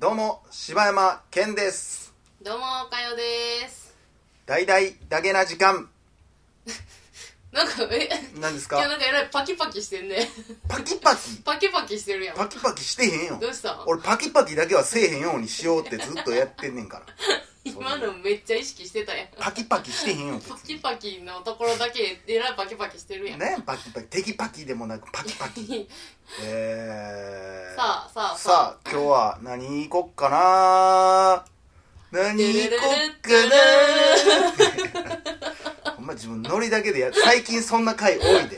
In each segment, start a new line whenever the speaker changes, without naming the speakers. どうも柴山健です
どうもおかよです
大々だけな時間
なんかえ
なんです
今日
か
なんかえらいパキパキしてんね
パキパキ
パキパキしてるやん
パキパキしてへんよ
どうしたん
俺パキパキだけはせえへんようにしようってずっとやってんねんから
今のめっちゃ意識してたやん
パキパキしてへんよ別
パ
に
キパキのところだけえらいパキパキしてるやん、
ねパキパキ敵パキでもなくパキパキ えー、
さあさあ
さあ今日は何行こっかな何行こっ かなほんま自分ノリだけでや最近そんな回多いで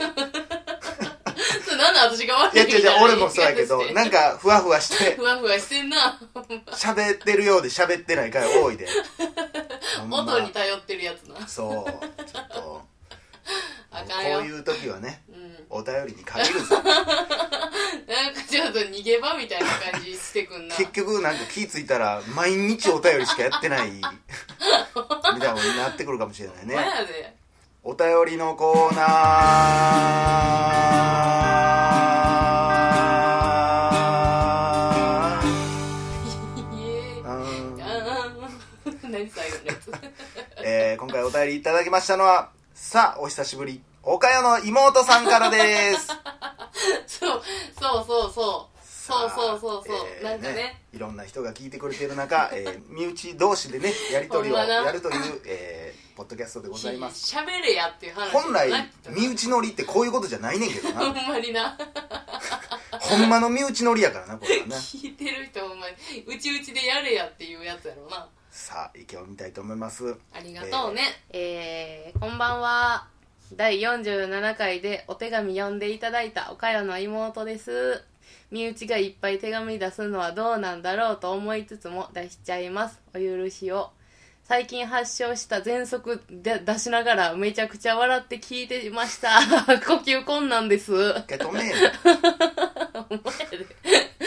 そうなんなん私が悪
いや
いみ
違う
たいな
違う俺もそうやけど
言い方して
なんかふわふわ して
ふわふわしてんな
喋ってるようで喋ってない回多いでほんま
音に頼ってるやつな
そうちょっとこ
あかんよ
ういう時はね
うん、
お便りに限るぞ
なんかちょっと逃げ場みたいな感じしてくん な
結局なんか気ぃ付いたら毎日お便りしかやってない みたいなことになってくるかもしれない
ま
ね
やで
お便りのコーナー
いえ
うん
あ ー何最後のやつ
えー今回お便りいただきましたのはさあお久しぶり岡谷の妹さんからです
そうそうそうそう そうそうそうそう、
えー
なんかね
いろんな人が聞いてくれてる中、えー身内同士でねやり取りを
ほんまな
やるという、えーポッドキャストでございます
しゃべれやっていう話
本来
だな
身内乗りってこういうことじゃないねんけど
ほ ん
な
まにな
ほんまの身内乗りやからなこれはな
聞いてる人ほんまにうちうちでやれやっていうやつやろうな
さあ意見を見たいと思います
ありがとうねえーこんばんは第47回でお手紙読んでいただいた岡谷の妹です身内がいっぱい手紙出すのはどうなんだろうと思いつつも出しちゃいますお許しを最近発症した喘息で出しながらめちゃくちゃ笑って聞いてました 呼吸困難です
受け止 めよ
お前で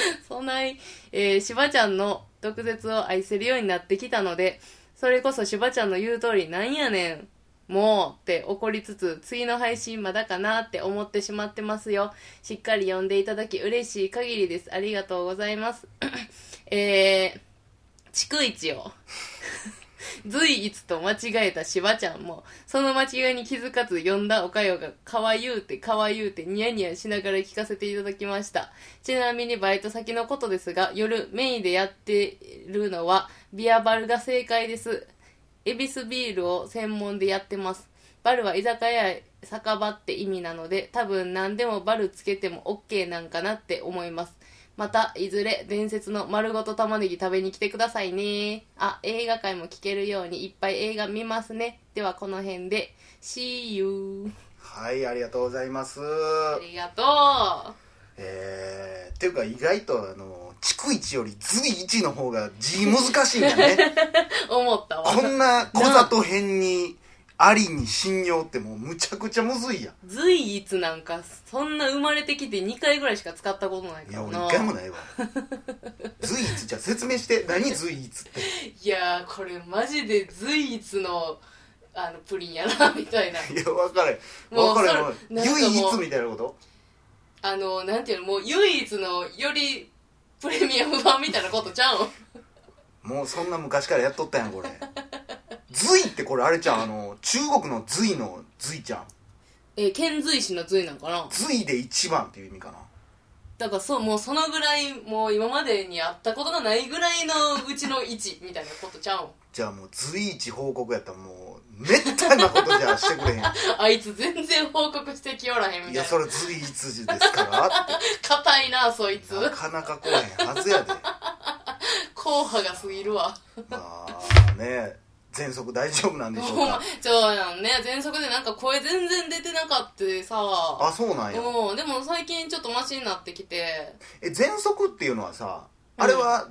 そんな、えー、しばちゃんの毒舌を愛せるようになってきたので、それこそしばちゃんの言う通りなんやねん。もうって怒りつつ、次の配信まだかなって思ってしまってますよ。しっかり読んでいただき嬉しい限りです。ありがとうございます。 えー、逐一を。 随一と間違えたしばちゃんも、その間違いに気づかず呼んだおかよが、かわゆうてかわゆうてニヤニヤしながら聞かせていただきました。ちなみにバイト先のことですが、夜メインでやってるのは、ビアバルが正解です。エビスビールを専門でやってます。バルは居酒屋や酒場って意味なので、多分何でもバルつけても OK なんかなって思います。また、いずれ伝説の丸ごと玉ねぎ食べに来てくださいね。あ、映画界も聞けるようにいっぱい映画見ますね。ではこの辺で、See you!
はいありがとうございます
ありがとう
えー、っていうか意外とあの逐一より随一の方が字難しいんだね
思ったわ。
こんな小里編にありに信用ってもうむちゃくちゃむずいやん
随一なんかそんな生まれてきて2回ぐらいしか使ったことない
い
か
や
ら
俺
な
一回も ないわ随一じゃあ説明して何随一って
いやーこれマジで随一のあのプリンやなみたい ない
や分からへん
も
分
う
からへん
そ
分からへ
れ
ん
なんか
唯
もう
一みたいなこと
あのなんていうのもう唯一のよりプレミアム版みたいなことちゃうん
もうそんな昔からやっとったやんこれ随ってこれあれちゃんあの中国の随の随ちゃん
えー遣隋使の隋なんかな
随で一番っていう意味かな
だからそうもうそのぐらいもう今までにあったことがないぐらいのうちの1みたいなことちゃうん
じゃあもう随一報告やったらもうめったなことじゃしてくれへん
あいつ全然報告してきおらへんみ
い
た
や
い
そ
な
れ随一ですからっ
硬いなそい
て
つ
なかなか来へんはずや で
硬派が過ぎるわ
まあね喘息大丈夫なんでしょう
ほんま
か
そうやんね喘息でなんか声全然出てなかったさ
あそうなんや
うんでも最近ちょっとマシになってきて
え喘息っていうのはさあれは、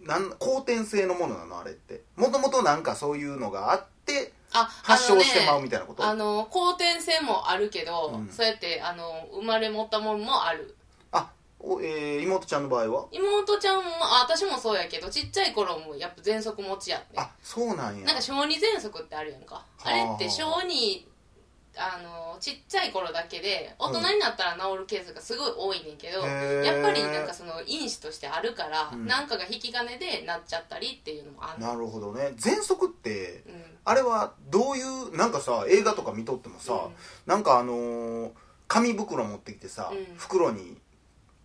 なん後天性のものなのあれってもともとなんかそういうのがあって
あ
発症してまう
う
みたいなこと
あ
あ,、
の後天性もあるけど、
うん
そうやってあの生まれ持ったもんもある
おえー妹ちゃんの場合は
妹ちゃんもあ私もそうやけどちっちゃい頃もやっぱ喘息持ちやって
あそうなんや
なんか小児喘息ってあるやんかあれって小児あのちっちゃい頃だけで大人になったら治るケースがすごい多いねんけど、
へー
やっぱりなんかその因子としてあるから、
うん
なんかが引き金でなっちゃったりっていうのもある
なるほどね喘息って
うん
あれはどういうなんかさ映画とか見とってもさ、
うん
なんかあのー紙袋持ってきてさ、
うん
袋に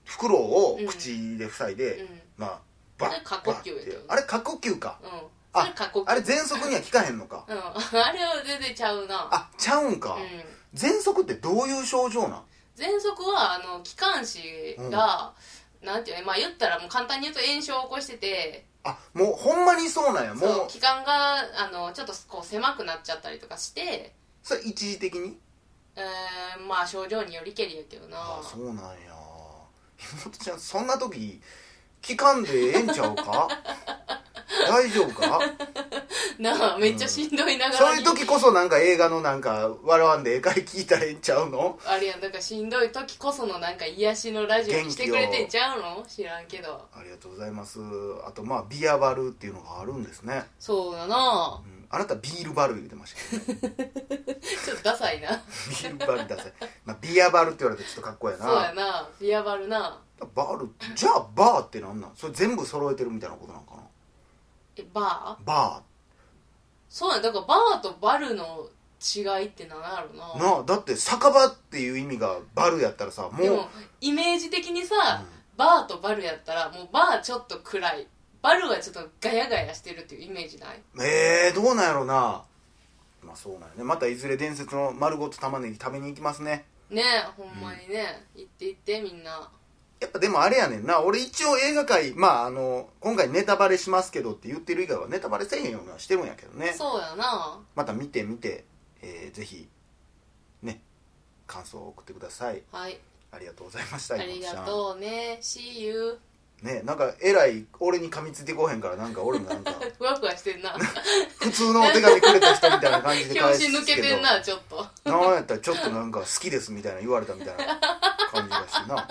袋を
うん
口で塞いで、
うん
まあバッ
あれ過呼吸や
バッ
け
て
どね
あれ過呼吸か
うん
あ
それ過酷
あれ喘息には効かへんのか
うん、 あれは全然ちゃうな
あちゃうんか、
うん
喘息ってどういう症状なん
喘息はあの気管支が、なんていうのまあ言ったらもう簡単に言うと炎症を起こしてて
あもうほんまにそうなんやもう
そう気管があのちょっとこう狭くなっちゃったりとかして、
それ一時的に
えー、まあ症状によりけりやけどな
あそうなんや妹ちゃんそんな時聞かんでええんちゃう か大丈夫か
なあめっちゃしんどい なが
そ
ら
うい
に、
う時こそなんか映画のなんか笑わんでええから聞いたらええんちゃうの
あれやんだからしんどい時こそのなんか癒しのラジオにしてくれてんちゃうの知らんけど
ありがとうございますあとまあビアバルっていうのがあるんですね、
そうだな
うん、あなたビールバル言ってましたけどね
ちょっとダサいな
ビールバルだぜ、まあ、ビアバルって言われてちょっとかっこええな
そうやなビアバルな
バルじゃあバーってなんなんそれ全部揃えてるみたいなことなんかな
えバー
バ
そうやだからバーとバルの違いってなんやろ
ーなあだって酒場っていう意味がバルやったらさもう
でもイメージ的にさ、
うん
バーとバルやったらもうバーちょっと暗いバルはちょっとガヤガヤしてるっていうイメージない
えー、どうなんやろなまあそうなんやねまたいずれ伝説の丸ごと玉ねぎ食べに行きますね
ねえほんまにね、行って行ってみんな
やっぱでもあれやねんな俺一応映画界まああの今回ネタバレしますけどって言ってる以外はネタバレせえへんようにはしてるんやけどね
そうやな
また見て見て、えー、ぜひね感想を送ってください
はい
ありがとうございました
あり
妹ちゃ
が
ん
とうね See you
ねなんかえらい俺に噛みついてこうへんからなんか俺もなんか
ふわふわしてんな
普通のお手紙くれた人みたいな感じで
表
返す
紙
けど
抜けてん なちょっと
なんやったらちょっとなんか好きですみたいな言われたみたいな感じだし な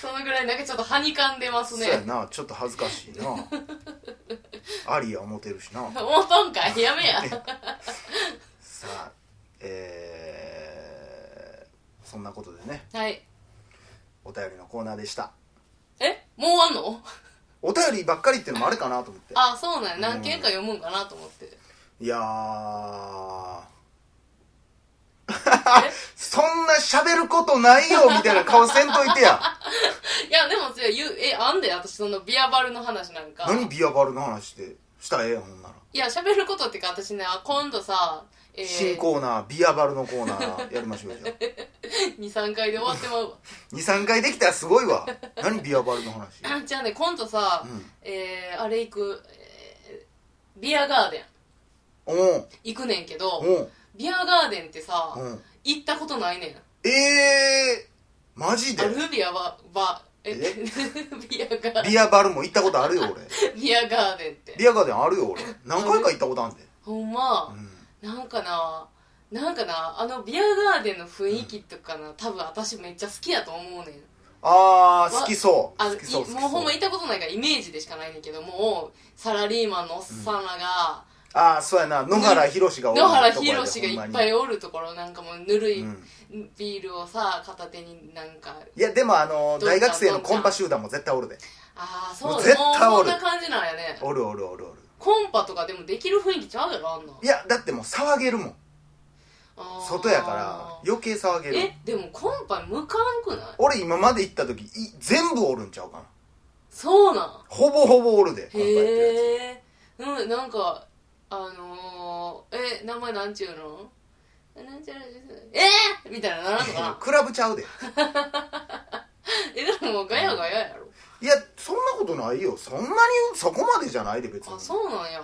そのぐらいなんかちょっとはにかんでます
そうや
ね
なちょっと恥ずかしい なありや思てるしな
思うとんかい やめや
さあえー、そんなことでね
はい
お便りのコーナーでした
えもう終わんの
お便りばっかりってのもあれかなと思って
あそうなんや何件か読むんかなと思って
いやー そんな喋ることないよみたいな顔せんといてや
いやでもそれ言うえあんで私そのビアバルの話なんか
何ビアバルの話してしたらええやんほんなら
いや、喋ることっていうか、私ね、あ今度さ、えー、
新コーナービアバルのコーナーやりましょうじゃあ
2、3回で終わってま うわ。
23回できたらすごいわ何ビアバルの話
じゃあね、今度さ、
うん
えー、あれ行く、えービアガーデン
おう
行くねんけど、
おう
ビアガーデンってさ、
うん
行ったことないねん。
ええー、マジ
あ
で
るビアは、ば、え、
え
ビアガー、
ビアバルも行ったことあるよ俺
ビアガーデンって。
ビアガーデンある よ俺何回か行ったことあるんで、
ほんま
う、ん、
なんかな、なんかな、あのビアガーデンの雰囲気とかな、多分私めっちゃ好きやと思うねん。
あー好きそう
あの
好
い
きそう好きそう
もうほんま行ったことないからイメージでしかないねんけどもうサラリーマンのおっさんらが、
ああそうやな野原宏がおる
野原
とこやで
宏がいっ
ほんま
ぱ
に
いおるところなんかもうぬるい
うん
ビールをさ片手になんか
いやでもあの
どんちゃん
大学生のコンパ集団も絶対おるで
ああそう
もう
だ
絶
もう
対お
そん
る
な感じなんやね
おるおるおるおる
コンパとかでもできる雰囲気ちゃうやろあんない
やだってもう騒げるもん
あー
外やから余計騒げる
えでもコンパ向かんくない
俺今まで行った時い全部おるんちゃうかな
そうなん
ほぼほぼおるで考えてるや
へえうんなんかあのー、え名前なんちゅうのなんちゃらですえー、みたいなのならんのか な
つクラブちゃうで
えでももうガヤガヤやろ
いやそんなことないよそんなにそこまでじゃないで別に
あそうなんや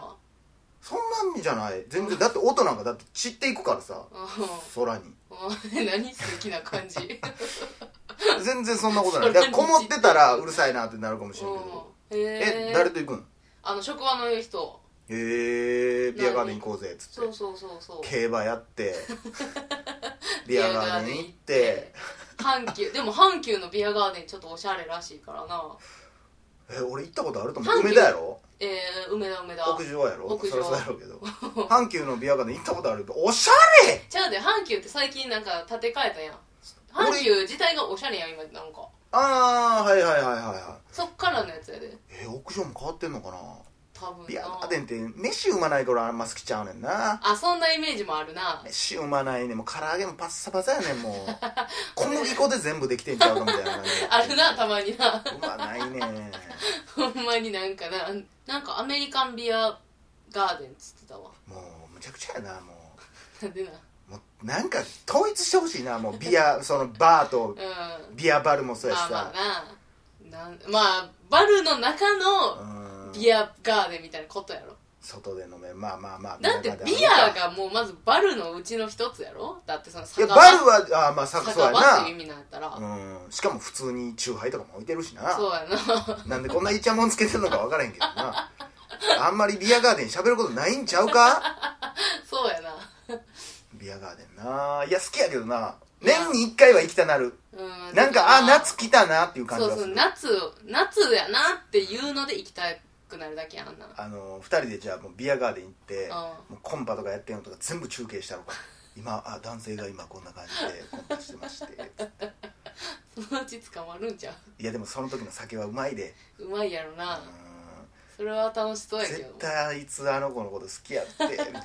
そんなんじゃない全然だって音なんかだって散っていくからさ
う
空に
ん 何素敵な感じ
全然そんなことない
空に
だからこもってた らうるさいなってなるかもしれんけど
うんへ
え
え
誰と行くん
あの職場の人
へえビアガーデン行こうぜっつっ
そう
て
そうそうそう
競馬やってビアガーデン行って
ビアガーデン行って阪急でも阪急のビアガーデンちょっとおしゃれらしいからな
え俺行ったことあると思
阪
う
急
梅田やろ
えー、梅田梅田
屋上やろ
屋上
そりゃそうやろうけど阪急のビアガーデン行ったことあるけどおしゃれ
ちゃうで阪急って最近なんか建て替えたやん
俺
阪急自体がおしゃれやん今なんか
ああはいはいはいはいはい
そっからのやつやで
え屋上も変わってんのかな
多分
ビアガ
な
ーデンって飯うまないからあんま好きちゃうねんな
あそんなイメージもあるな
飯うまないねもう唐揚げもパッサパサやね んもう小麦粉で全部できてんちゃうかみたいな感じ
あるなたまにな
うまないね
ほんまになんかななんかアメリカンビアガーデンっつってたわ
もうむちゃくちゃやなも
なんでな
うもうなんか統一してほしいなもうビ アそのバーと
うん
ビアバルもそうやし
まあ
さ
まあななんまあバルの中の
うん
ビアガーデンみたいなことやろ
外で飲めまあまあまあ
だってビアがもうまずバルのうちの一つやろだってその
いや
酒
バルはあまあ酒そう
酒
や
場っ
な
ていう意味なんやったら、
うんしかも普通にチューハイとかも置いてるしな
そうやな
なんでこんなイチャモンつけてるのか分からへんけどなあんまりビアガーデン喋ることないんちゃうか
そうやな
ビアガーデンないや好きやけどな年に1回は行きたなる
うん
なんかあ夏来たなっていう感じ
そう
がす
そう
る
夏夏やなっていうので行きたくなるだけやんな
あの2人でじゃあもうビアガーデン行って
ん
もうコンパとかやってんのとか全部中継したのか今あ男性が今こんな感じでコンパしてまして
そのうち捕まるんちゃ
いやでもその時の酒はうまいで
ううまいやろな
うん
それは楽しそうやけ
絶
ど
対あいつあの子のこと好きやってみたいな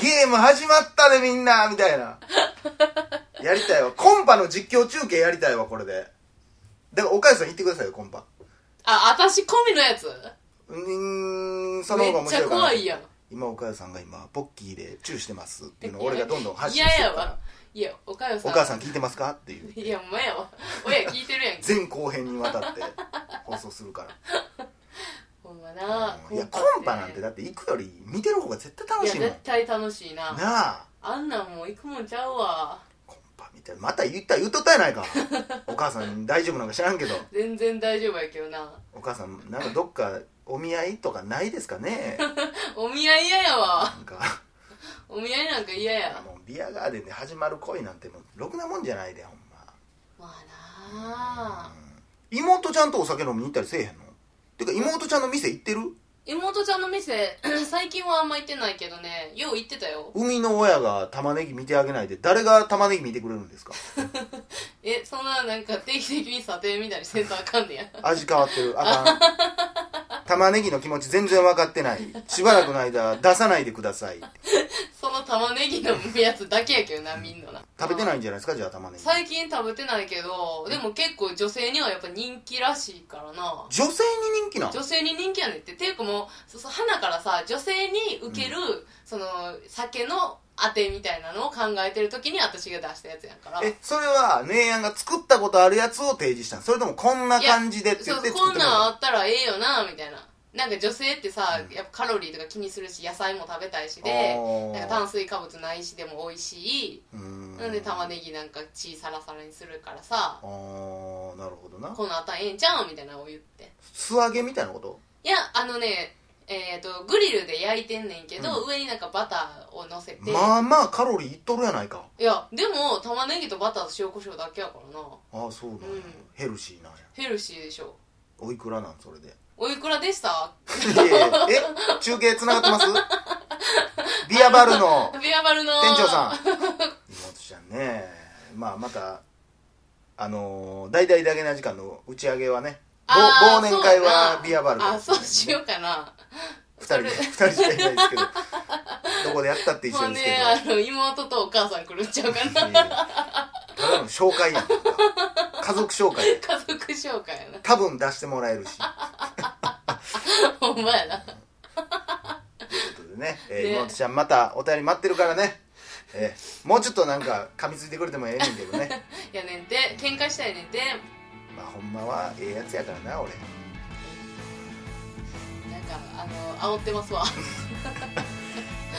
ゲーム始まったでみんなみたいなやりたいわコンパの実況中継やりたいわこれでだから岡井さん行ってくださいよコンパ
あ私込みのやつ
うーんその
め
方が面
っちゃ
白いかな
怖いやん
今岡井さんが今ポッキーでチューしてますっていうのを俺がどんどん発
い
信
や
して
や
るか
わ
ら
いやおかよさ
お
ん
母さん聞いてますかっていう
いやお前やわ親聞いてる やんけ
全後編にわたって放送する から
ほんまな
うんいやコンパなんてだって行くより見てる方が絶対楽
いや
しいもん
絶
な
対楽しいな
あ
あんなんもう行くもんちゃうわ
コンパみたいなまた言った言っとったやないか お母さん大丈夫なんか知らんけど
全然大丈夫やけどな
お母さんなんかどっかお見合いとかないですか ね
お見合い嫌やわ
なんか
お見合いなんか嫌や
もうビアガーデンで始まる恋なんてもうろくなもんじゃないでほん
ま
ま
あなあ、
うん妹ちゃんとお酒飲みに行ったりせえへんのてか妹ちゃんの店行ってる
妹ちゃんの店 最近はあんま行ってないけどねよう行ってたよ
生みの親が玉ねぎ見てあげないで誰が玉ねぎ見てくれるんですか
えそんななんか定期的に査定みたいにせんとあかんねや
味変わってるあかん玉ねぎの気持ち全然分かってないしばらくの間出さないでください
その玉ねぎのやつだけやけどなみんなな
食べて
い
ないんじゃないですかじゃあ玉ねぎ
最近食べてないけどでも結構女性にはやっぱ人気らしいからな
女性に人気なん
女性に人気やねんってていうかもうそうそう花からさ女性に受ける、その酒の当てみたいなのを考えてる時に私が出したやつやから
えそれは姉やんが作ったことあるやつを提示したんそれともこんな感じでって言
そ
っ
う
て
そう
作
こ
っ
ん
て
なんあ
も
ったらええよなみたいななんか女性ってさ、
うん
やっぱカロリーとか気にするし野菜も食べたいし
あ
で
ー
なんか炭水化物ないしでも美味しい、
うん
なんで玉ねぎなんか血サラサラにするからさ
あーなるほどな
このあったらええんちゃうんみたいなのを言って
素揚げみたいなこと
いやあのねえー、とグリルで焼いてんねんけど、上になんかバターをのせて、
まあまあカロリーいっとるやないか
いやでも玉ねぎとバターと塩コショウだけやからな
ああそうなんや、
うん
ヘルシーなんや
ヘルシーでしょ
おいくらなんそれで
おいくらで した
いやいやえ中継つながってますビアバルの
ビアバルの
店長さん妹ちゃんねまあまたあのー大々だけな時間の打ち上げはねぼ忘
あー
年会
そう
は
な
ビアバル
あそうしようかな
2人で
それ
2人しかいないですけどどこでやったって一
ほ
緒
ん
で
です
け
あの妹とお母さん来るんちゃうか
ど
な
いやいやただの紹介やん家族紹介で
家族紹介や
多分出してもらえるし
なほんまやな
ということでね、えー
ね
妹ちゃんまたお便り待ってるからね、えーもうちょっとなんか噛みついてくれてもええねんけどね
やねんて喧嘩したいねんて
まあほんまはええやつやからな俺
なんかあの煽ってますわはい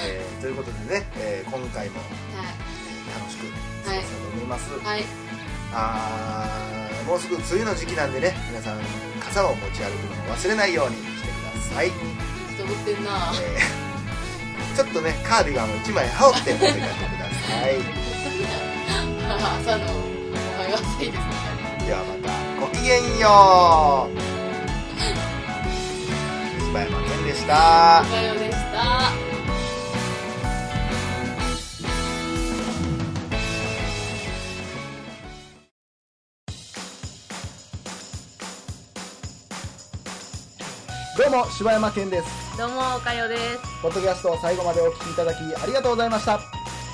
えーということでね、えー今回も、えー楽しく過ごせたと思います、
はい
あーもうすぐ梅雨の時期なんでね皆さん傘を持ち歩くのを忘れないようにしてください、
人ぶってんな
えー ちょっとねカーディガンを1枚羽織って持って帰ってください
朝のお前が暑いですね
ではまたごきげんよう柴山健でした
おかよでした。
どうも柴山健です
どうも、おかよです。
ポッドキャストを最後までお聞きいただきありがとうございました